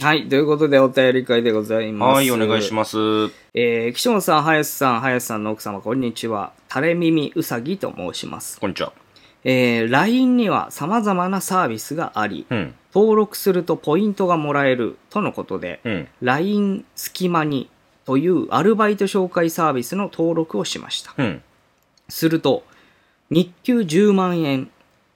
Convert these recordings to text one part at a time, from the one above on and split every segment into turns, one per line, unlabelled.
はい。ということで、お便り会でございます。
はい、お願いします。
えー、岸本さん、林さん、林さんの奥様、こんにちは。垂れ耳うさぎと申します。
こんにちは。
えー、LINE には様々なサービスがあり、
うん、
登録するとポイントがもらえるとのことで、
うん、
LINE 隙間にというアルバイト紹介サービスの登録をしました。
うん、
すると、日給10万円、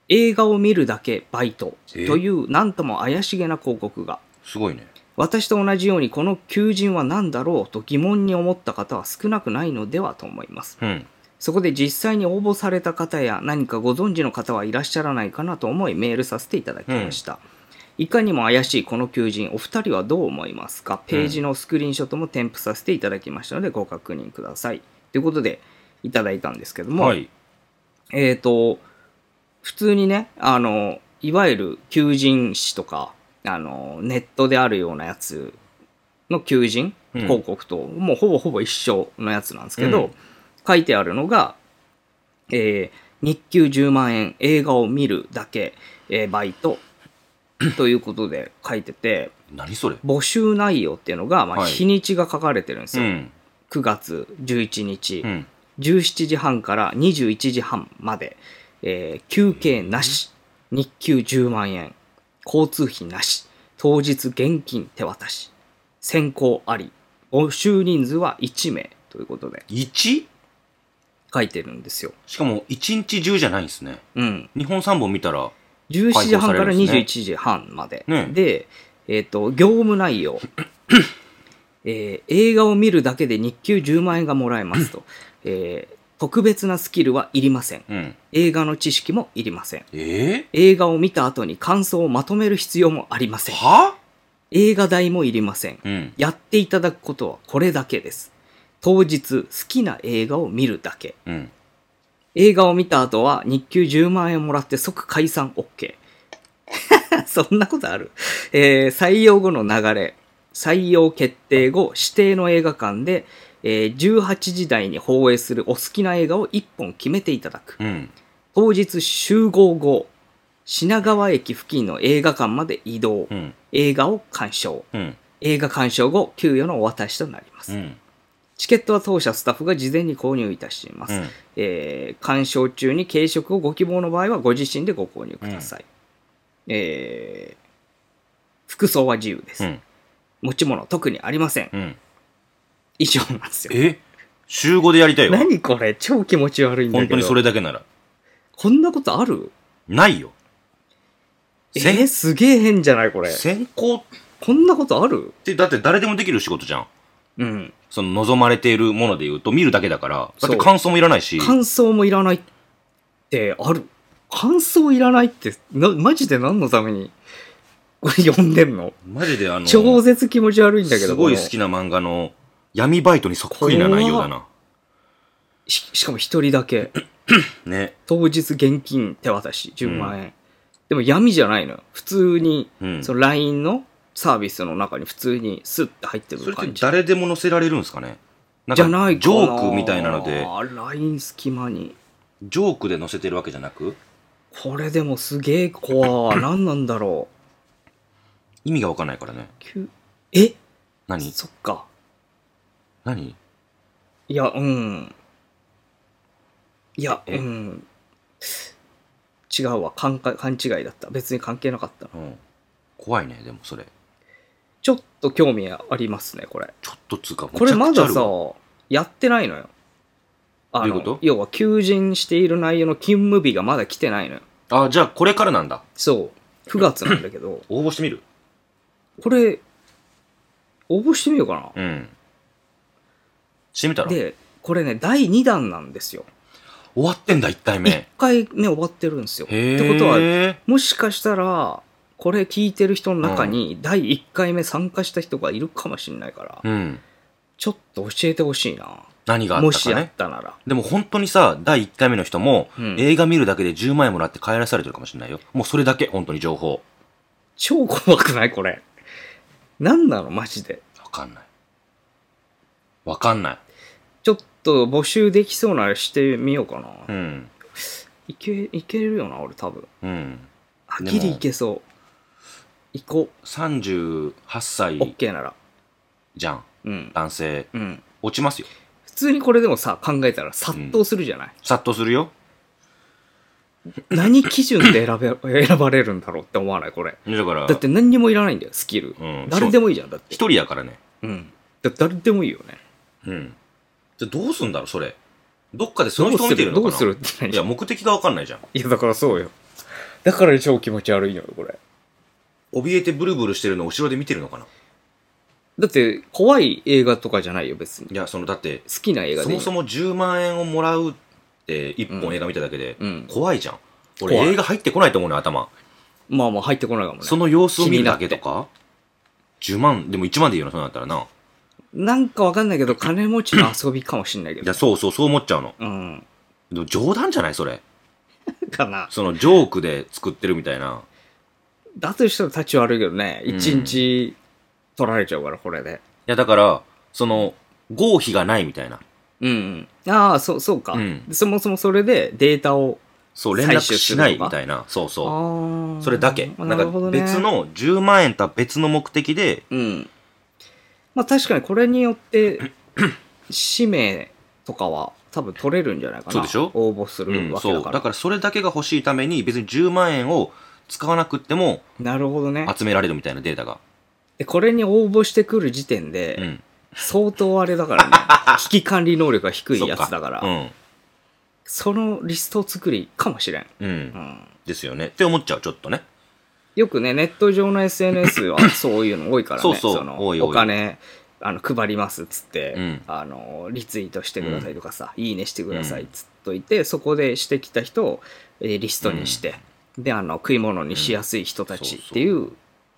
映画を見るだけバイトと
え
いうなんとも怪しげな広告が。
すごいね。
私と同じようにこの求人は何だろうと疑問に思った方は少なくないのではと思います。
うん、
そこで実際に応募された方や何かご存知の方はいらっしゃらないかなと思いメールさせていただきました。いかにも怪しいこの求人、お二人はどう思いますかページのスクリーンショットも添付させていただきましたのでご確認ください。ということでいただいたんですけども、
はい、
えっ、と、普通にね、あの、いわゆる求人誌とか、あの、ネットであるようなやつの求人
うん
広告と、もうほぼほぼ一緒のやつなんですけど、
うん
書いてあるのが、えー日給10万円、映画を見るだけ、えーバイ ト、ということで書いてて、
何それ。
募集内容っていうのが、まあ、
はい
日にちが書かれてるんです
う
よ。
ん、
9月11日。
うん、
17時半から21時半まで、えー休憩なし、日給10万円、交通費なし、当日現金手渡し、選考あり、募集人数は1名ということで
一。
書いてるんですよ。
しかも一日中じゃないんですね。
うん。
日本三本見たら。
17時半から
解放されるん
21
で
時半まで。
ね
で、えっ、と、業務内容。 えー映画を見るだけで日給10万円がもらえますと。えー特別なスキルはいりません。
うん。
映画の知識もいりません。
え
映画を見た後に感想をまとめる必要もありま
え
せん。
は。
映画代もいりません。
うん。
やっていただくことはこれだけです。当日、好きな映画を見るだけ。
うん。
映画を見た後は日給10万円もらって即解散 OK。そ んなことある、えー採用後の流れ。採用決定後、指定の映画館で、えー18時台に放映するお好きな映画を1本決めていただく。
うん。
当日集合後、品川駅付近の映画館まで移動、
うん。
映画を鑑賞。
うん。
映画鑑賞後、給与のお渡しとなります。
うん。
チケットは当社スタッフが事前に購入いたします。
うん
えー鑑賞中に軽食をご希望の場合はご自身でご購入ください。えー服装は自由です。
うん。
持ち物特にありません。
うん。
以上なんですよ。
え。週五でやりたいわ。
何これ超気持ち悪いんだけ
本
ど。
当にそれだけなら。
こんなことある
ないよ。
え
せん
ー、すげえ変じゃないこれ。
選考っ
こんなことある
て、だって誰でもできる仕事じゃん。
うん。
その望まれているもので言うと、見るだけだから。だっ
そう
て感想もいらないし。
感想もいらないってある感想いらないって、な、マジで何のために、 これ読んでんの
マジであの。
超絶気持ち悪いんだけど。
すごい
この
好きな漫画の闇バイトにそっくりな内容だな。
ししかも一人だけ。
ね。
当日現金手渡し10万円。でも闇じゃないのよ。普通に、
うん。
そ
そ
の LINE のサービスの中に普通にスッて入ってく
れ
る
って
感じ。
誰でも載せられるんですかねんか
じゃないかな
ジョークみたいなので、
あー LINE 隙間に。
ジョークで載せてるわけじゃなく、
これでもすげえ 怖い。何なんだろう
意味がわかんないからね。。
きゅえ
何
そっか。
何
いや、うん。いや、う
え
ん。違うわ勘か。勘違いだった。別に関係なかったな。
うん。怖いね、でもそれ。
ちょっと興味ありますね、これ。
ちょっとつうか、
これま
むちゃ
だ
くち
さ
ゃあるわ、
やってないのよ。あの
どういうこと
要は、求人している内容の勤務日がまだ来てないのよ。
あ、じゃあこれからなんだ。
そう。9月なんだけ ど、
応募してみる
これ、応募してみようか
うん。してみた
な。
ら終
で、これね、第2弾なんですよ。
わってんだ、1回目。
1回ね、終わってるんですよ。っ
へえ。
てことは、もしかしたら、これ聞いてる人の中に、第1回目参加した人がいるかもしれないから、
うん。
ちょっと教えてほしいな。
何があっ
も
た
し
か
や
ね
っ。たなら。
でも本当にさ、第1回目の人も、
うん
映画見るだけで10万円もらって帰らされてるかもしれないよ。もうそれだけ、本当に情報。
超怖くないこれ。なんなのマジで。
わかんない。わかんない。
ちょっと募集できそうならしてみようかな。
うん。
いけ、いけるよな、俺多分。
うん。
あ
でも
ギリいけそ行こ
38
う。
歳
OK なら。
じゃん。
うん。
男性。
うん。
落ちますよ。
普通にこれでもさ、考えたら殺到するじゃない、
殺到するよ。
何基準で選べ、 選ばれるんだろうって思わないこれ。
だから、
だって何にもいらないんだよ、スキル。
うん
誰でもいいじゃん、だって。
一人やからね。
うん。だ誰でもいいよね。
うん。じゃあどうすんだろう、それ。どっかでその人を見てるのか
ど
な
うするどうするって
い
何
や、目的がわかんないじゃん。
いや、だからそうよ。だから超気持ち悪いのよ、これ。
怯えてブルブルしてるのを後ろで見てるのかな
だって、怖い映画とかじゃないよ、別に。
いや、その、だって、
好きな映画
そ
でいい
もそも10万円をもらうって、1本映画見ただけで、
うん。
怖いじゃん。俺、
怖い
映画入ってこないと思うのよ、頭。
まあまあ入ってこないかもね。
その様子を見るだけとか ?10 万、でも1万でいいよな、そうなったらな。
なんかわかんないけど、金持ちの遊びかもしんないけ
い
ど
や、。そうそう、そう思っちゃうの。
うん。
でも冗談じゃない、それ。
かな。
その、ジョークで作ってるみたいな。
だとしたら立ち悪いけどね。
うん
一日取られちゃうから、これで。
いや、だから、その、合否がないみたいな。
うん、うん。ああ、そう、そうか、
うん
そもそもそれでデータを。
そう、連絡
採取す
し
ると
な
か
いみたいな。そうそう。
ああ。
それだけ。
あな
な
んるほ
か
どね。
別。の10万円とは別の目的で、
うん。まあ確かにこれによって、使命とかは多分取れるんじゃないかな。
そうでしょ
応募するわけ
そ
だ
う。
から。
だからそれだけが欲しいために別に10万円を使わなくっても
なるほどね。
集められるみたいなデータが。
で、これに応募してくる時点で、
うん。
相当あれだ からね。危機管理能力が低いやつだから。
そっ
そのリスト作りかもしれん。
うん。う。
うんん。
ですよね。って思っちゃう、ちょっとね。
よくね、ネット上の SNS はそういうの多いからね。
そうそう
の
多い多い
お金、あの、配りますっつって、
うん
あの、リツイートしてくださいとかさ、いいねしてくださいっつっといて、そこでしてきた人をえーリストにして、で、あの、食い物にしやすい人たちっていう、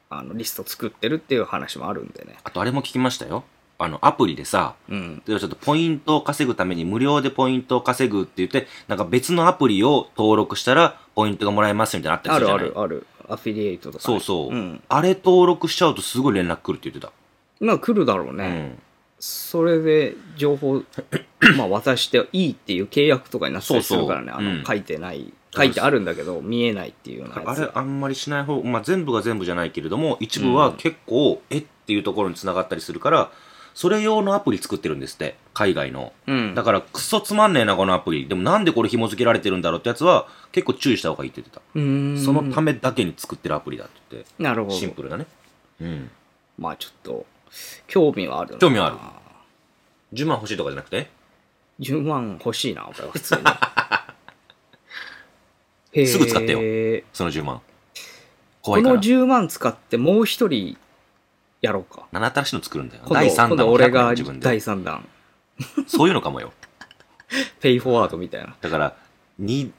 あの、リスト作ってるっていう話もあるんでね。
あとあれも聞きましたよ。あの、アプリでさ、
うん。
例えばちょっとポイントを稼ぐために無料でポイントを稼ぐって言って、なんか別のアプリを登録したらポイントがもらえますみたいなのあったり
あ
する
る
じゃ
あ
ない
るある。アフィリエイトとかね、
そうそ
う
う。
ん。
あれ登録しちゃうとすごい連絡来るって言って
まあ来るだろう
た。
ね。それで情 報まあ渡していいっていう契約とかになったりするからね
そうそう
あ
うん
の書いてない、書いてあるんだけど見えないっていうようなや
あ
つ
れ
が
あんまりしない方、まあ、全部が全部じゃないけれども一部は結構、えっていうところにつながったりするからそれ用のアプリ作ってるんですって海外の
うん
だからクソつまんねえなこのアプリでもなんでこれ紐付けられてるんだろうってやつは結構注意した方がいいって言ってた、
うーん
そのためだけに作ってるアプリだって言って
なるほ
シン
ど
プルだねうん
まあちょっと興味はあるな
興味はある10万欲しいとかじゃなくて
10万欲しいな俺は普通にへー
すぐ使ってよその10万怖
こ
いか
の
ら
10万使ってもう一人やろうか
7新しいの作るんだよ
今度
第3
今
弾
度
を
俺
100円
が
自分
第
で
3弾
そういうのかもよ
ペイフォワードみたいな
だから、に、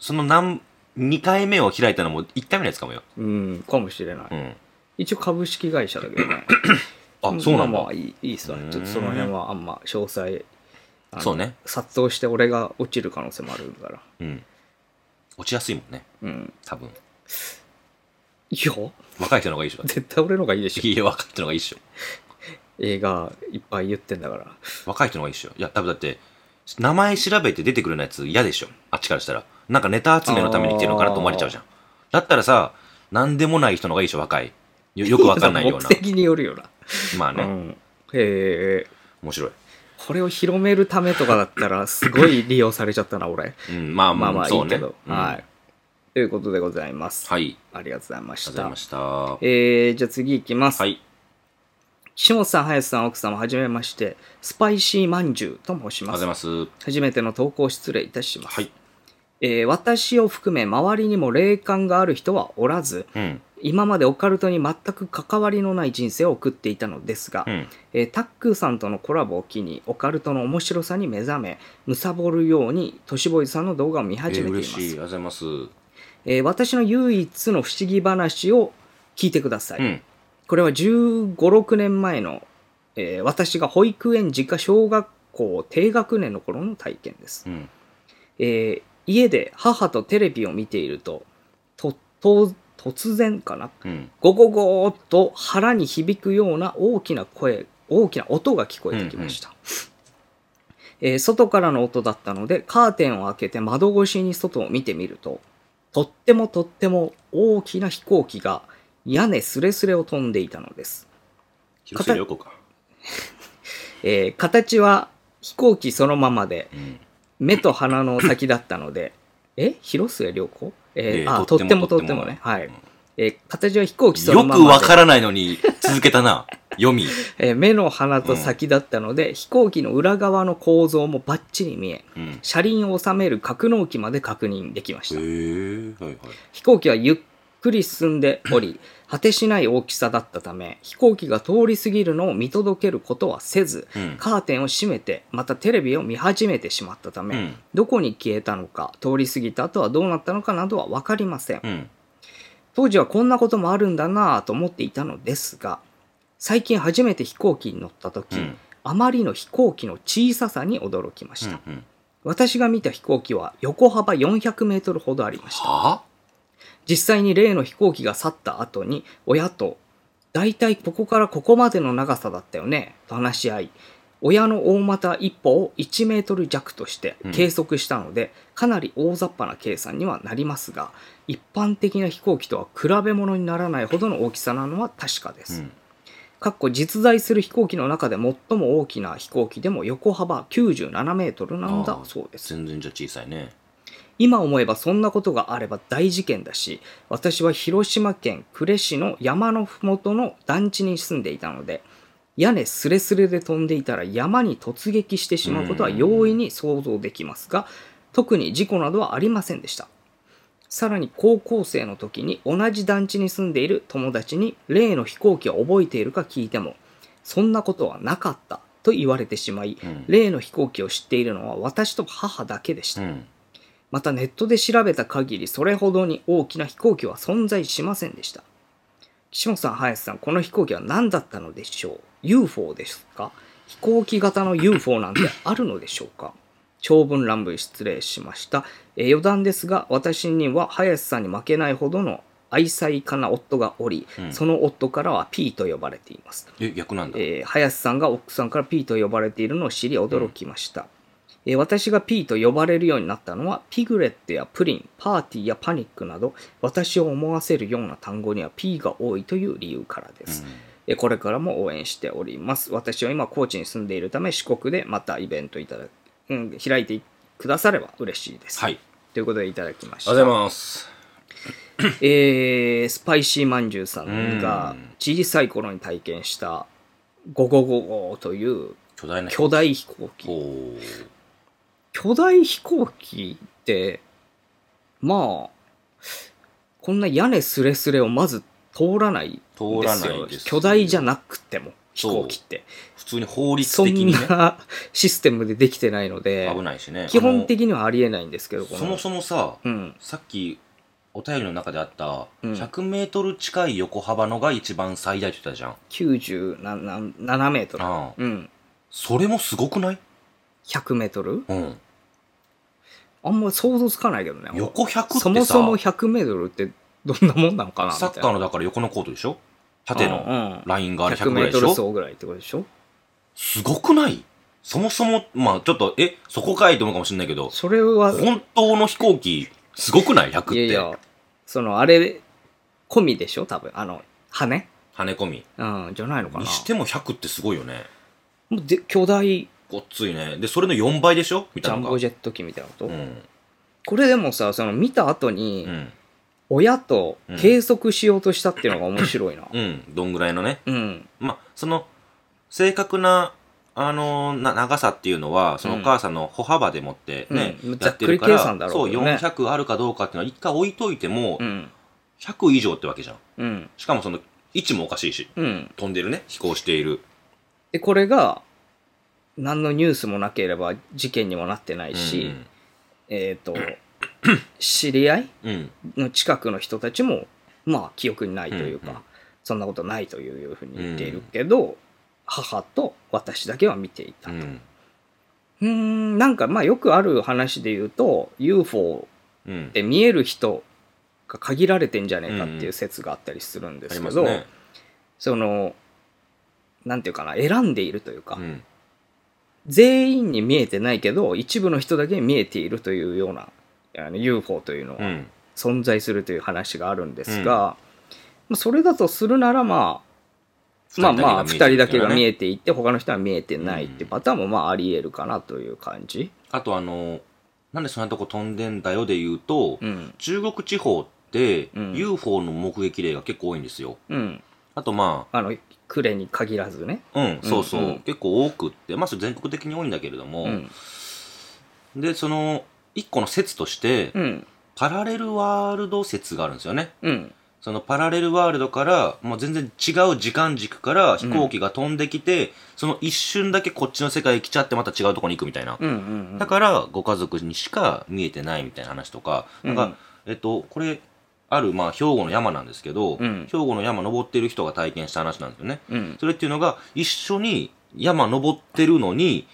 その何、2回目を開いたのも1回目のやつかもよ。
うんかもしれない、
うん。
一応株式会社だけどね
あ、そうなん
まあ
だ
まあ。いいいいっすわ
うーん
ね。ちょっとその辺はあんま詳細。あの
そうね。
殺到して俺が落ちる可能性もあるから。
うん。落ちやすいもんね。
うん。
多分。
いや、
若い人の方がいいで しょ。
絶対俺の方がいいでしょ。
いや、若い人の方がいいっしょ。
映画いっぱい言ってんだから。
若い人の方がいいっしょ。いや、多分だって、名前調べて出てくるようなやつ嫌でしょ。あっちからしたら。なんかネタ集めのために来てるのかなと思われちゃうじゃん。だったらさ、なんでもない人の方がいいでしょ、若い。よよくわかんない ような
目。的によるよな。
まあ
う
ね、
ん。へえ。
面白い。
これを広めるためとかだったら、すごい利用されちゃったな、俺。
うん、まあ
ま
ま
あ
あ、
まあい
そう
い
ね。
けど。
うん
は
はい
い。。ということでございます。
あり
ありがとうございま
がとう
し
ござい
た
ま。した。は
えー、じゃあ次行きます。
い。
岸本さん、林さん、奥様、はじめまして、スパイシーまんじゅうと申し
ありがと
ま
うござ
す
い。ます。
初めての投稿失礼いたします、
はい。
えー私を含め周りにも霊感がある人はおらず
うん。
今までオカルトに全く関わりのない人生を送っていたのですが、
うん。
えータックーさんとのコラボを機にオカルトの面白さに目覚め貪るようにトシボーイさんの動画を見始めています
えー嬉しい。ありがとうございます。う
えー私の唯一の不思議話を聞いてください、
ん。
これは1 5 6年前の、えー私が保育園児か小学校低学年の頃の体験です
うん。
えー家で母とテレビを見ているととと突然かな
うん。
ゴゴゴーっと腹に響くような大きな声大きな音が聞こえてきました、えー外からの音だったのでカーテンを開けて窓越しに外を見てみるととってもとっても大きな飛行機が屋根すれすれを飛んでいたのです。
広末涼子か。
えー形は飛行機そのままで、
うん。
目と鼻の先だったので、え広末涼子えー
えー
あ、と
と
っ
ってて
も
も
とっても
とっ
ね
て。も
は
ね
い
うん。
えー形は飛行機その
よ
まま
く
で。
わからないのに続けたな。読み。
えー目の鼻と先だったので、飛行機の裏側の構造もバッチリ見え、
うん。
車輪を収める格納機まで確認できまし
へ
た。
え、はいはい。
飛行機はゆっくり進んで おり、果てしない大きさだったため、飛行機が通り過ぎるのを見届けることはせず、
うん。
カーテンを閉めて、またテレビを見始めてしまったた
う
め、
ん。
どこに消えたのか、通り過ぎた後はどうなったのかなどは分かりません。
うん。
当時はこんなこともあるんだなぁと思っていたのですが、最近初めて飛行機に乗った時、
うん。
あまりの飛行機の小ささに驚きました。
うん。
私が見た飛行機は横幅400メートルほどありました。
は
実際に例の飛行機が去った後に親と「だいたいここからここまでの長さだったよね」と話し合い親の大股一歩を1メートル弱として
うん
計測したので、かなり大雑把な計算にはなりますが一般的な飛行機とは比べ物にならないほどの大きさなのは確かで
う
す。
ん。
かっこ実在する飛行機の中で最も大きな飛行機でも横幅97メートルなんだ
あー
そうです。
全然じゃあ小さいね。
今思えばそんなことがあれば大事件だし私は広島県呉市の山の麓の団地に住んでいたので屋根すれすれで飛んでいたら山に突撃してしまうことは容易に想像できますが特に事故などはありませんでしたさらに高校生の時に同じ団地に住んでいる友達に例の飛行機を覚えているか聞いてもそんなことはなかったと言われてしまい
うん。
例の飛行機を知っているのは私と母だけでした
うん。
またネットで調べた限りそれほどに大きな飛行機は存在しませんでした岸本さん林さんこの飛行機は何だったのでしょう UFO ですか飛行機型の UFO なんてあるのでしょうか長文乱文失礼しました、えー余談ですが私には林さんに負けないほどの愛妻家な夫がおり、
うん
その夫からは P と呼ばれています
え、逆なんだ。
えー林さんが奥さんから P と呼ばれているのを知り驚きました、えー私が P と呼ばれるようになったのはピグレットやプリンパーティーやパニックなど私を思わせるような単語には P が多いという理由からです、えーこれからも応援しております私は今高知に住んでいるため四国でまたイベントいただ、うん、開いてくだされば嬉しいです、
はい。
ということでいただきました
ありがとうございます。
えースパイシーまんじゅうさんが
うん
小さい頃に体験した5555という
巨大な
巨
大。
大飛行機
ほ
巨大飛行機ってまあこんな屋根すれすれをまず通らないん
う。通
で
ら
す
ない
よ
です。
巨大じゃ
い。
なくても飛
そう
行機って
普通に法律
そ
的
ん
にね。
なシステムでできてないので
危ないしね。
基本的にはありえないんですけ
あ
ど
のそも
も
そもさ、
うん
さっきお便りの中であった、
うん
100メートル近い横幅のが一番最大って言ったじゃん。
97メートル
ああ
うん
それもすごくない
100メートル
うん。
あんま想像つかないけどね
横100ってさ、
そもそも100メートルってどんなもんなのかなみた
サ
いな
ッカーのだから横のコートでしょ縦
う
の
んうん
ラインがあれ100
100
ぐ
メ
らい
ート
でし
ル
ょ
走ぐらいってことでしょ
すごくないそもそも、まあちょっと、え、そこかいと思うかもしれないけど、
それは、
本当の飛行機、すごくない ?100 って。
いやいや、その、あれ、込みでしょ多分、あの、羽
跳ね込み。
うん、じゃないのかな。
にしても100ってすごいよね。
もうで巨大ジ
ごっついね。で、それの4倍でしょみ
ャ
たいな
ン
の
ボ
が。
ジェット機みたいなこと、
うん。
これでもさ、その、見た後に
う、ん。
親と計測しようとしたっていうのが面白いな。
うん。どんぐらいのね。
うん。
まあ、その、正確な、あのーな、長さっていうのは、そのお母さんの歩幅でもってね、
うん
やってるから、
ざっくり計算だろうけどね
そう、400あるかどうかっていうのは、一回置いといても
う、ん。
100以上ってわけじゃん。
うん。
しかもその、位置もおかしいし、
うん。
飛んでるね、飛行している。
で、これが、何のニュースもなければ事件にもなってないし、えっ、と、知り合い
うん、うん。
の近くの人たちもまあ記憶にないというか、
うんうん
そんなことないというふうに言っているけど、母と私だけは見ていた
う
と。うん
ん。
ーんなんかまあよくある話で言うと UFO
うん
っ。て見える人が限られてんじゃねえかって
うん
いううん説があったりするんで
あり
す
ま
け
す
ど、
ね。
そのなんていうかな選んでいるというか、
うん。
全員に見えてないけど一部の人だけ見えているというようなあの UFO というのは
うん。
存在するという話があるんですが、まあ、それだとするならまあ、まあまあ、2人だけが見えていて、他の人は見えてないってパターンもまああり得るかなという感じ。
あとあの、なんでそんなとこ飛んでんだよで言うと、
うん。
中国地方って
うん
UFO の目撃例が結構多いんですよ。
うん。
あとま
あの、クレに限らずね。
あ、うん、そうそう、
うん
結構多くって、まあそれ全国的に多いんだけれども、
うん。
で、その、一個の説として、
うん。
パラレルワールド説があるんですよね。
うん。
そのパラレルワールドから、もう全然違う時間軸から飛行機が飛んできて、その一瞬だけこっちの世界に来ちゃってまた違うとこに行くみたいな。
うん。うん。
だから、ご家族にしか見えてないみたいな話とか、なんか、えっと、これ、ある、まあ、兵庫の山なんですけど、
うん
兵庫の山登ってる人が体験した話なんですよね。
うん。
それっていうのが、一緒に山登ってるのに、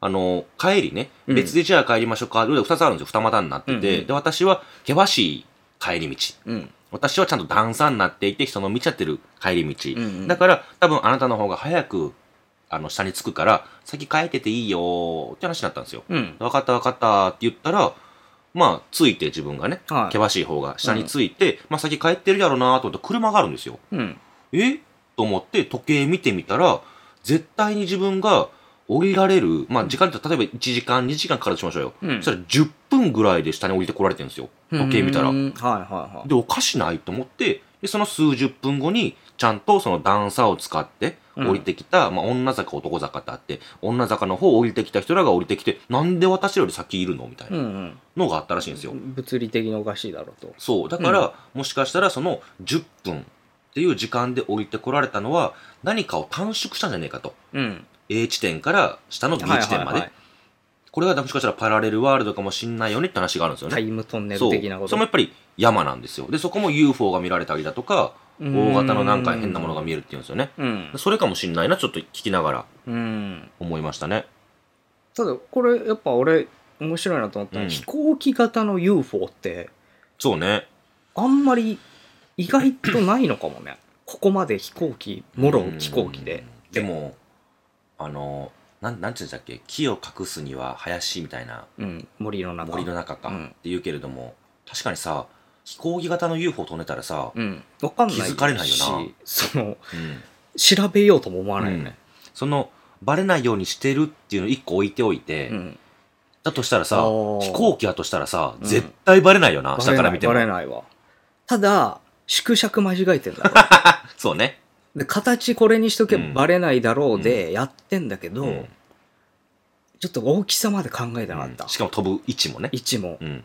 あの、帰りね、
うん
別でじゃあ帰りましょうか、ルールが2つあるんですよ、二股になってて、
うんうん
で、私は険しい帰り道。
うん。
私はちゃんと段差になっていて、人の見ちゃってる帰り道。
うんうん
だから、多分あなたの方が早く、あの、下に着くから、先帰ってていいよーって話になったんですよ。
うん。
分かった分かったって言ったら、まあ、ついて自分がね、
はい
険しい方が下について、まあ先帰ってるやろうなと思って車があるんですよ。
うん。
えと思って時計見てみたら、絶対に自分が降りられる、まあ時間って例えば1時間、2時間かかるとしましょうよ。
うん
そしたら10分ぐらいで下に降りてこられてるんですよ。時計見たら
う。んはいはいはい。
で、おかしないと思って、で、その数十分後に、ちゃんとその段差を使って、
うん
降りてきた、まあ、女坂、男坂ってあって、女坂の方降りてきた人らが降りてきて、なんで私より先いるのみたいな
うん
のがあったらしいんですよ。
うん。物理的におかしいだろうと。
そう。だから、もしかしたらその10分っていう時間で降りてこられたのは、何かを短縮したんじゃねえかと。
うん。
A 地点から下の B 地点ま
はいはいは
で
い。
これがもしかしたらパラレルワールドかもしんないよねって話があるんですよね。
タイムトンネ
そ
ル
う。
的なこと。
それもやっぱり山なんですよ。で、そこも UFO が見られたりだとか、
大
大型のなんか変なものが見えるっていうんですよね。
うん。
それかもしんないな、ちょっと聞きながら
うん。
思いましたね。
ただ、これ、やっぱ俺、面白いなと思ったのは、
うん
飛行機型の UFO って、
そうね。
あんまり意外とないのかもね。ここまで飛行機、もろ飛行機で。
うん。でも、あの、なん、なんて言うんだっけ、木を隠すには林みたいな
うん、森の中。
森の中か
うん
って言うけれども、確かにさ、飛行機型の UFO 飛んでたらさ、
うん。わかんないし。
気づかれないよな
その、
うん
調べようとも思わないよね。
その、バレないようにしてるっていうのを一個置いておいて、
うん。
だとしたらさ、
あー
飛行機だとしたらさ、
うん
絶対バレないよな、下から見ても
バ。レないわ。ただ、縮尺間違えてん だろ。
そうね。
で、形これにしとけ
う
ば
ん
バレないだろうで、やってんだけど、
うん
ちょっと大きさまで考えてなかった。
うんしかも飛ぶ位置もね。
位置も、
うん。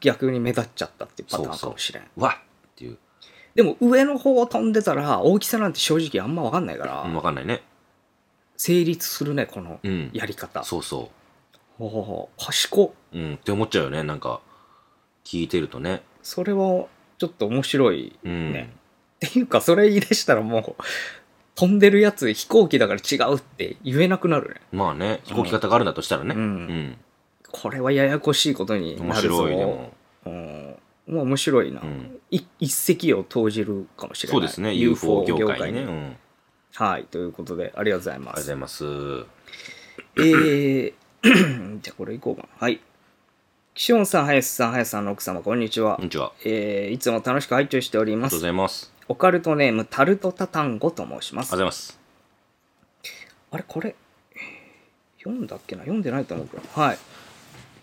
逆に目立っちゃったっていうパターンかもしれん。
うわっっていう。
でも上の方を飛んでたら大きさなんて正直あんま分かんないから、
うんわかんないね。
成立するねこの
うん。
やり方、
そうそ
ほうほうほう賢っ
う。うん。って思っちゃうよね。なんか、聞いてるとね。
それはちょっと面白い
うん。
ねっていうかそれ言い出したらもう飛んでるやつ飛行機だから違うって言えなくなるね、
まあね、飛行機型があるんだとしたらね。
う
うんん。
これはややこしいことに
面
なるぞ
白い、でも。
うんまあ面白いな、
うん。
い一石を投じるかもしれない
そうですね。UFO 業界ね。
に
うん。あり
はいということでありがとうございま
がとうご
す
ざいます。
えー、じゃあこれいこうかな。はい。岸本さん、林さん、林さんの奥様、こんにちは。
こんにちは。あ
えーいつも楽しく拝聴しており
りが
ま
とうご
す。
ざいます。
オカルトネーム、タルトタタンゴと申しま
あり
す
がとうご。ざいます。
あれ、これ、読んだっけな読んでないと思うけど。はい。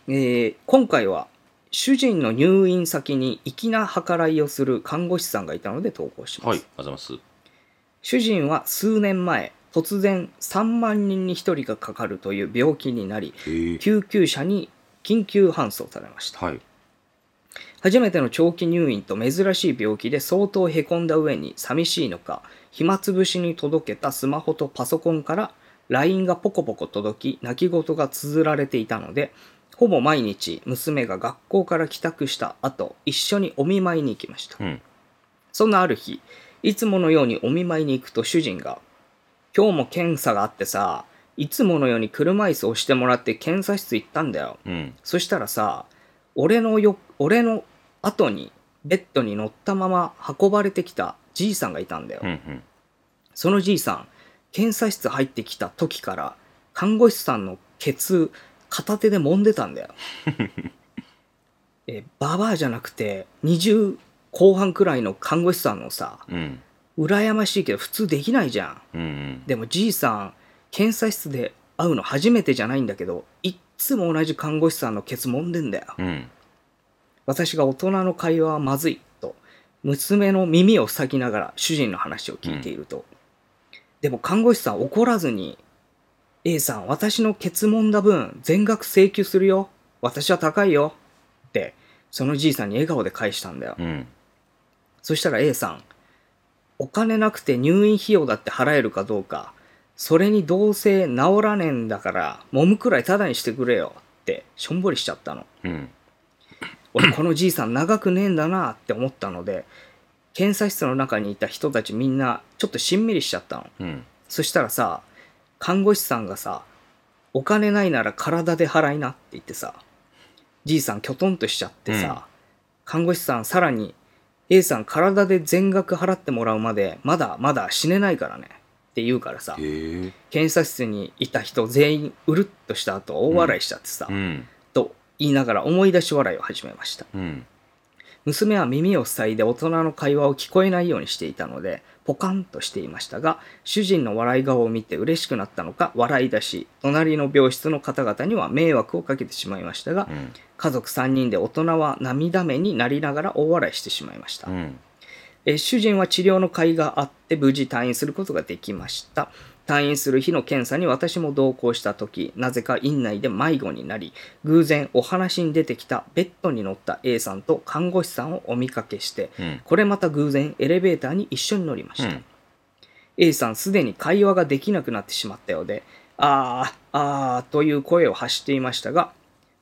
えー今回は、主人の入院先に粋な計らいをする看護師さんがいたので投稿します。
はい。ありがとうございます。
主人は数年前、突然3万人に1人がかかるという病気になり、
へえ。
救急車に緊急搬送されました
はい。
初めての長期入院と珍しい病気で相当へこんだ上に寂しいのか暇つぶしに届けたスマホとパソコンから LINE がポコポコ届き泣き言が綴られていたのでほぼ毎日娘が学校から帰宅した後一緒にお見舞いに行きました
うん。
そんなある日、いつものようにお見舞いに行くと主人が、今日も検査があってさ、いつものように車椅子押してもらって検査室行ったんだよ。
うん。
そしたらさ、俺のよ、俺の後にベッドに乗ったまま運ばれてきたじいさんがいたんだよ。
うん。うん。
そのじいさん、検査室入ってきた時から、看護師さんのケツ、片手で揉んでたんだよ。え、ババアじゃなくて、25後半くらいの看護師さんのさ、
うん。
羨ましいけど普通できないじゃん。
うんうん。
でもじいさん、検査室で会うの初めてじゃないんだけど、いっつも同じ看護師さんのケツ揉んでんだよ。
うん。
私が大人の会話はまずいと、娘の耳を塞ぎながら主人の話を聞いていると。でも看護師さん怒らずに、A さん、私のケツ揉んだ分全額請求するよ。私は高いよ。って、そのじいさんに笑顔で返したんだよ。
うん。
そしたら A さん、お金なくて入院費用だって払えるかどうか、それにどうせ治らねえんだから、揉むくらいタダにしてくれよって、しょんぼりしちゃったの。
うん。
俺、このじいさん長くねえんだなって思ったので、検査室の中にいた人たちみんな、ちょっとしんみりしちゃったの。
うん。
そしたらさ、看護師さんがさ、お金ないなら体で払いなって言ってさ、じいさんきょとんとしちゃってさ、
うん
看護師さんさらに、A さん体で全額払ってもらうまで、まだまだ死ねないからね。って言うからさ、
へえ。
検査室にいた人全員うるっとした後大笑いしちゃってさ、
うん。
と言いながら思い出し笑いを始めました。
うん。
娘は耳を塞いで大人の会話を聞こえないようにしていたのでポカンとしていましたが主人の笑い顔を見て嬉しくなったのか笑い出し隣の病室の方々には迷惑をかけてしまいましたが
うん。
家族3人で大人は涙目になりながら大笑いしてしまいました、
うん。
えー主人は治療の甲斐があって無事退院することができました退院する日の検査に私も同行した時なぜか院内で迷子になり偶然お話に出てきたベッドに乗った A さんと看護師さんをお見かけして
うん。
これまた偶然エレベーターに一緒に乗りまし
う
た、
ん。
A さんすでに会話ができなくなってしまったようで、あー、あーという声を発していましたが、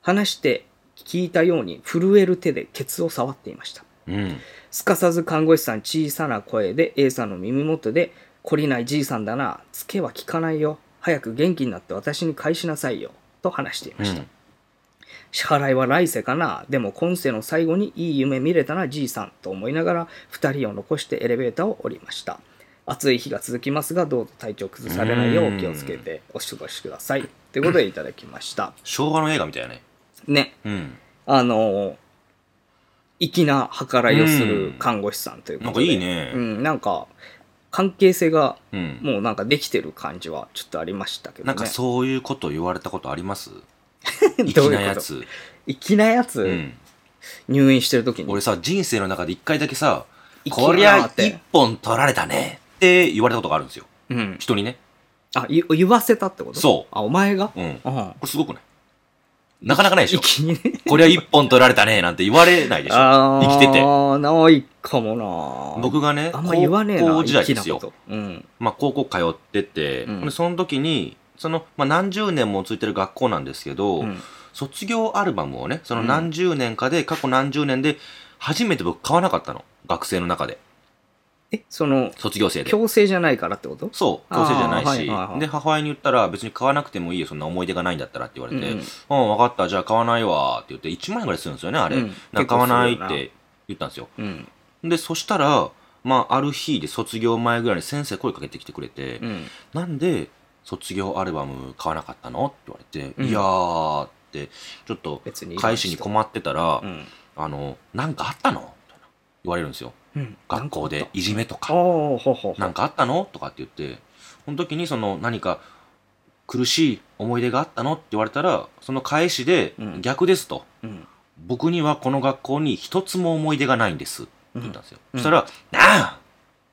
話して聞いたように震える手でケツを触っていました。
うん。
すかさず看護師さん小さな声で A さんの耳元で、懲りないじいさんだな、つけは聞かないよ、早く元気になって私に返しなさいよ、と話していました。支払いは来世かなでも今世の最後にいい夢見れたなじいさんと思いながら2人を残してエレベーターを降りました暑い日が続きますがどうぞ体調崩されないようお気をつけてお過ごしくださいということでいただきました
昭和の映画みたいやね。
ね
うん。
あのー粋な計らいをする看護師さんということで
うんなんかいいね
うん、なんか関係性が
うん。
もうなんかできてる感じはちょっとありましたけどね
なんかそういうこと言われたことあります
どういうこ
粋
と
なやつ。
粋なやつ、
うん。
入院してる時に
俺さ、人生の中で一回だけさ、
粋
こり
だな
ゃ
ーって
一本取られたねって言われたことがあるんですよ。
うん、
人にね。
あ、い言わせたってこと
そう
あ、お前が
うん。
う
こ
ん。こ
れすごくないなかなかないでしょ
きにね。
こりゃ一本取られたねなんて言われないでしょ
あー
生きてて
ないかもな
僕がね、
あんま言わねえな。
高校時代です
粋な
よ
こ。と。うん。
まあ、高校通ってて、
うん
でその時に、その、まあ、何十年もついてる学校なんですけど、
うん
卒業アルバムをね、その何十年かで、過去何十年で、初めて僕買わなかったの。学生の中で。
え、その、
卒業生で。
強制じゃないからってこと
そう、強制じゃないし、
あーはいはいはい
で、母親に言ったら、別に買わなくてもいいよ、そんな思い出がないんだったらって言われて、
う
うんん、分かった、じゃあ買わないわ、って言って、1万円ぐらいするんですよね、あれ。
うん
なんか買わない
結構
っ
するよ
て言ったんですよ。
うん。
で、そしたら、まあ、ある日で卒業前ぐらいに先生声かけてきてくれて、
うん。
なんで卒業アルバム買わなかったのって言われて、
うん
いやーって、ちょっと
別にいい
返しに困ってたら、
うん。
あの、なんかあったのみたいな言われるんですよ。
うん。
学校でいじめと
ああ
か、
ー、ほうほうほ
なんかあったのとかって言って、その時にその何か苦しい思い出があったのって言われたら、その返しで
うん
逆ですと。
う。うん。
僕にはこの学校に一つも思い出がないんですって言ったんですよ、
うん
そしたら「なあ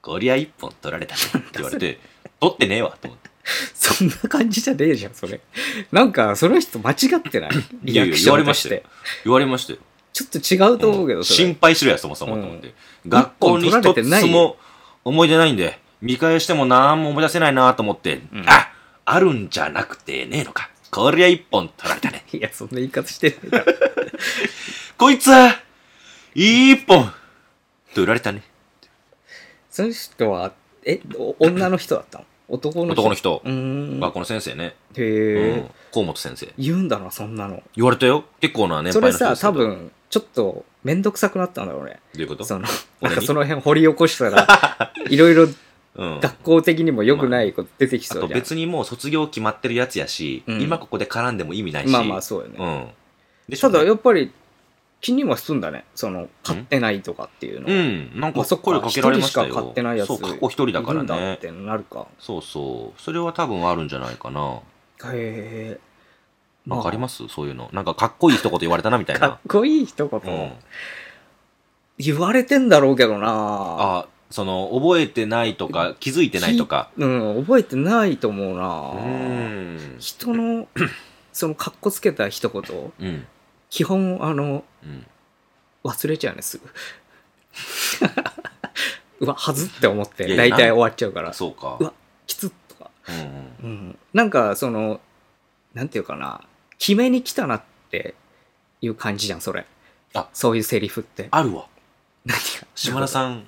こりゃ一本取られたね」って言われて「取ってねえわ」と思って
そんな感じじゃねえじゃん、それ。 なんか、その人間違ってない
いやいや
リアクション
言われま
と
し
した
よ
て。
言われましたよ
ちょっと違うと思うけ
う
ど、
ん
それ
心配しろやそもそもと思って、学校に
一本取
一
られて
つ
ない
も思い出ないんで見返しても何も思い出せないなと思って「
うん
ああるんじゃなくてねえのかこりゃ一本取られたね
いや、そんな言い方してないから。
こいつは一本取られたね
その人は、え、お女の人だったの男の人
男の人
うーん。
学校の先生ね、
へ
う
え、
ん、河本先生
言うんだな、そんなの。
言われたよ結構な年
そ
配の
れ
人
さ、
ですけ
多
ど
分、ちょっと、めんどくさくなったんだろうね。
どういうこと
その、な
俺
ん
に
かその辺掘り起こした ら、いろいろ
うん。あ
学校的にも良くないこと出てきそ
と
うじゃん。
別にもう卒業決まってるやつやし、
うん
今ここで絡んでも意味ないし。
まあまあ、そうよね。
うん。で
ただ、やっぱり、気にはすんだね。その、買ってないとかっていうの。
うん。なん
ま
か
あ、そっ
声
か、
か
一
けられ
人
ま
し
した
か
よ。
買ってないやつ。
そう、過去一人だから
いるんだっ
ね。
てなるか。
そうそう。それは多分あるんじゃないかな。
へえ。
なんかあり
ま
ますそういうの。なんかかっこいい一言言われたなみた
あ
い
かっ
な。
こいい一
うん
言。。言われてんだろうけどな
あ、その、覚えてないとか、気づいてないとか。
うん、覚えてないと思う
う
な
ーん。
人の、 その、かっこつけた一言、
うん。
基本、あの、
うん。
忘れちゃうね、す ぐ。うわ、はずって思っ
い
て、
やいや
大体終わっちゃうから、
そうか。
うわきつっとか。
うんうん。
うん。なんか、その、なんていうかな、決めに来たなっていう感じじゃん、それ。
あ
そういうセリフって。
あるわ。
何が
島田
ん。
さん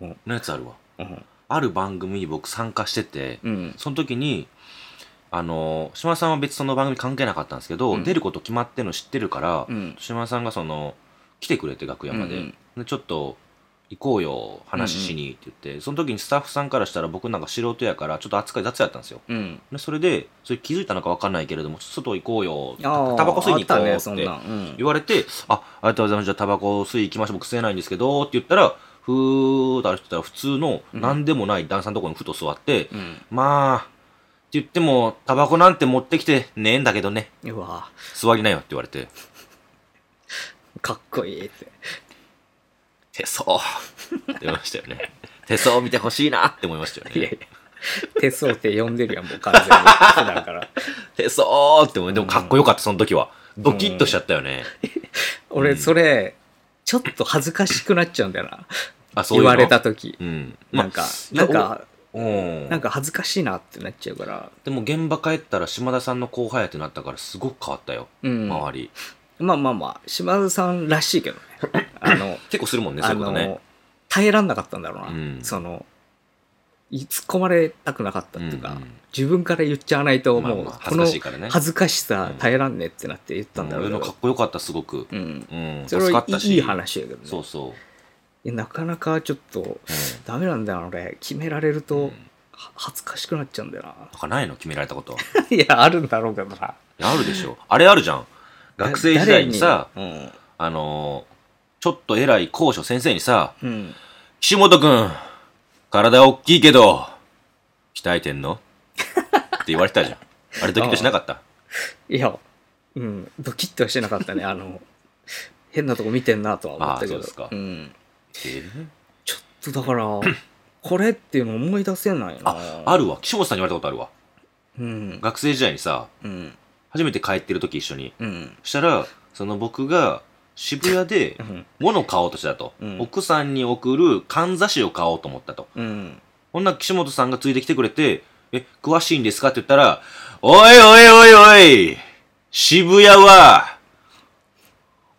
うん
のやつあるわ。
うん。
ある番組に僕参加してて、
うん。
その時に、あの、島田さんは別にその番組関係なかったんですけど、
うん
出ること決まってるの知ってるから、
うん。
島田さんがその、来てくれて楽屋まで、
うん
でちょっと行こうよ、話ししにって言って、その時にスタッフさんからしたら僕なんか素人やから、ちょっと扱い雑やったんですよ。
うん。
でそれで、それ気づいたのか分かんないけれども、ちょっと外行こうよ、タ
ああ、
バコ吸いに行こ
あった
う
ね、
っ
そん
て
なん。うん
言われて、あ、ありがとうございます、じゃあタバコ吸い行きましょう、僕吸えないんですけど、って言ったら、ふーっと歩いてたら普通の
うん
何でもない段差のところにふと座って、
うん。
まあ、って言っても、タバコなんて持ってきてねえんだけどね、
うわ、
座りなよって言われて、
かっこいいって。
手相って言いましたよね。 手相見てほしいなって思いましたよ
いやい
ね。
や。手相って呼んでるやん、もう完全に。普段から。
手相って思い、でもかっこよかった、その時は。ドキッとしちゃったよね。う
俺、
ん
それ、ちょっと恥ずかしくなっちゃうんだよな。
あ、そう
言
いうの
われ。た時。
うん。
なんか、なんか、
うん。
なんか恥ずかしいなってなっちゃうから。
でも現場帰ったら島田さんの後輩やってなったからすごく変わったよ、
うん。
周り
まあまあまあ、島津さんらしいけどね。あの、
結構するもんね そう
あ
いうことね
の、耐えらんなかったんだろうな。
うん
その、い突っ込まれたくなかったっていうか、
うんうん
自分から言っちゃわないと、
まあ
もう、
まあ
こ
恥ず
の
かしいからね
恥ずかしさ
うん
耐えらんねえってなって言ったんだろ
俺
うけ
のかっ
ど。
こよかったすごく
うん。
うん
そ
助
れ
か
は
っ
い
た
い
し
いい話やけどね。
そうそう、
いやなかなかちょっと、
う
ダメなんだよな、俺。決められると、
ん、
は恥ずかしくなっちゃうんだよな。
とかないの決められたことい
いや、あるんだろうけどな。
やあるでしょあれあるじゃん学生時代にさ
誰に
あのーちょっと偉い校書先生にさ
うん。うん。
「岸本君体大きいけど鍛えてんの?」って言われた じゃんあれドキッとしなかった
いや、うん、ドキッとはしてなか ったね。あの、変なとこ見てんなとは思ったけど。
あーそうですか
ん。
えー
ちょっとだ から、これっていうの思い出せないな。
ああるわ岸本さんに言われたことあるわ
うん。
学生時代にさ
うん。
初めて帰ってる時一緒に
うん。
そしたらその僕が渋谷で
うん。
物を買おうとしたと、
うん
奥さんに送るかんざしを買おうと思ったと
うん。
ほんなら岸本さんがついてきてくれて「え詳しいんですか?」って言ったら「おいおいおいおい渋谷は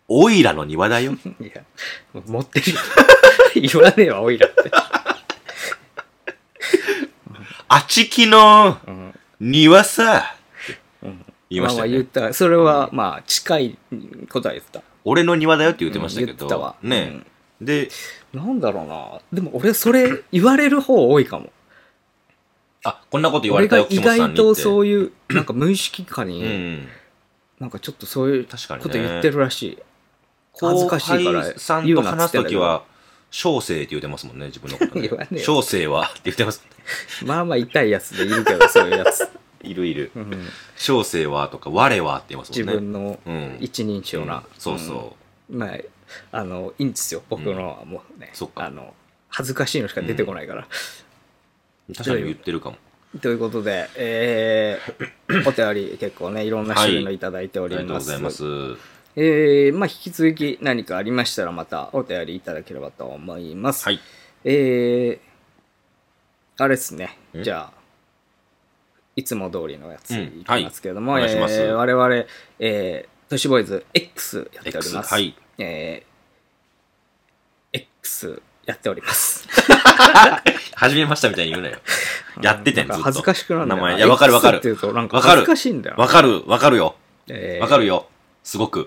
おいらの 庭だよ」
いや、持ってる。 言わねえわ、おいらって。
「あちきの
うん。
庭さ」
うん
言いました
あ
よ
あ言
ね
った。それは、まあ、近いことは言った。
俺の庭だよって言ってましたけど、
うん言ったわ。
ね、で
うん。なんだろうな。でも俺、それ、言われる方多いかも。
あこんなこと言わ
俺
れた
が
よ
意
岸本さ
外
んに言
と
って
そういう、なんか無意識下に、
うん
なんかちょっとそういう
確かにね
こと言ってるらしい。恥ず
後
かしいから
輩さん
言
と
うなっ
話
つ
す
ってん
と
だけど
きは、小生って言ってますもんね、自分のこと、ね
言わねえ。よ
小生はって言ってます。
まあまあ痛いやつでいるけど、そういうや つ。
いるいる。
うん
小生はとか、我はって言います
自
も
分
んね。
の
うん
一人称な、。
うんそうそう
まあ、あの、いいんですよ。僕のはもうね、
そっか
あの、恥ずかしいのしか出てこないから。
う。確かに言ってるかも。
ということで、え ー、お便り結構ね、いろんな種類のいただいてお
あり
り
がとうご
ます。
ざいます。
えー、まあ、引き続き何かありましたら、またお便りいただければと思います。
はい。
えー、あれですね。
ん
じゃあ、いつも通りのやつ
うん
いきますけれども、
はいお願いします
えー我々、えー、都市ボーイズ X やっており
X、
ます。
はい。
えー、X やっております。
始めましたみたいに言う なよ。 やっててん、ず
なんか
っと。
恥ずかしくなるんだ
名
よな
前。いや、わかるわか
X っていう
る。
と、なんか
わか
恥ず
る
かしいんだよな。
わかる、わかるよ。
えー
わかるよ。すごく。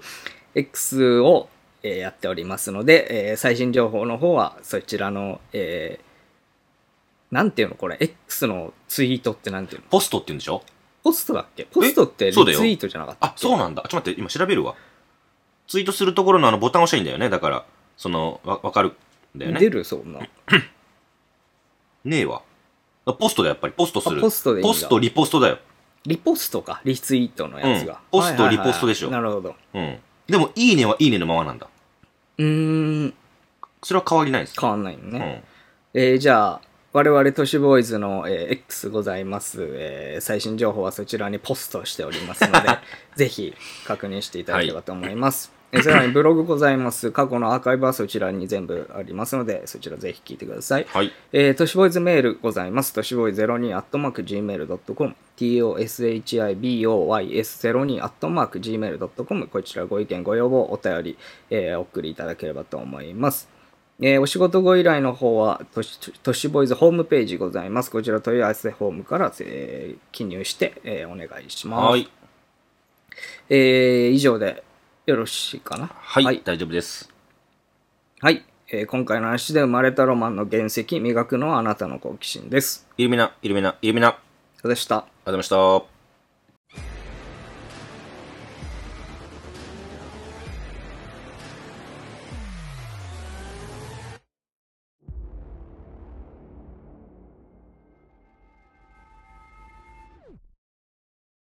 X を、えーやっておりますので、えー最新情報の方はそちらの、えーなんていうのこれ X のツイートってなんていうの
ポストって言うんでしょ
ポストだっけポストってリツイ
そうだよ
ートじゃなかった
あ
っ、け
そうなんだ。ちょっと待って、今調べるわ。ツイートするところのあのボタン押したらいいんだよね。だから、その、わ、わかるんだよ
出
ね。
るそんな。
ねえわ。あポストだよ、やっぱり。ポストする。
あポストでいいんだ
ポスト、リポストだよ。
リポストか、リツイートのやつが。
うんポスト
はいはいはい
リポストでしょ
なるほど。
うん。でも、いいねはいいねのままなんだ。
うーん、
それは変わりないですか
変わんないのね。
うん。
えーじゃあ、我々都市ボーイズの、えー X ございます、えー最新情報はそちらにポストしておりますの で、ぜひ確認していただければと思います。えーさらにブログございます。過去のアーカイブはそちらに全部ありますので、そちらぜひ聞いてください。
はい。
えー、都市ボーイズメールございます。都市ボーイ02アットマーク Gmail.com、toshiboys02 アットマーク Gmail.com、こちらご意見、ご要望、お便り、えーお送りいただければと思います。えーお仕事ご依頼の方は都市、都市ボーイズホームページございます。こちら問い合わせフォームから、えー記入して、えーお願いします。
はい。
えー以上でよろしいかな。
はい、大丈夫です。
はいえー今回の話で生まれたロマンの原石、磨くのはあなたの好奇心です。
イルミナ、イルミナ、イルミナ。あり
そ
がと
うでした。
うございました。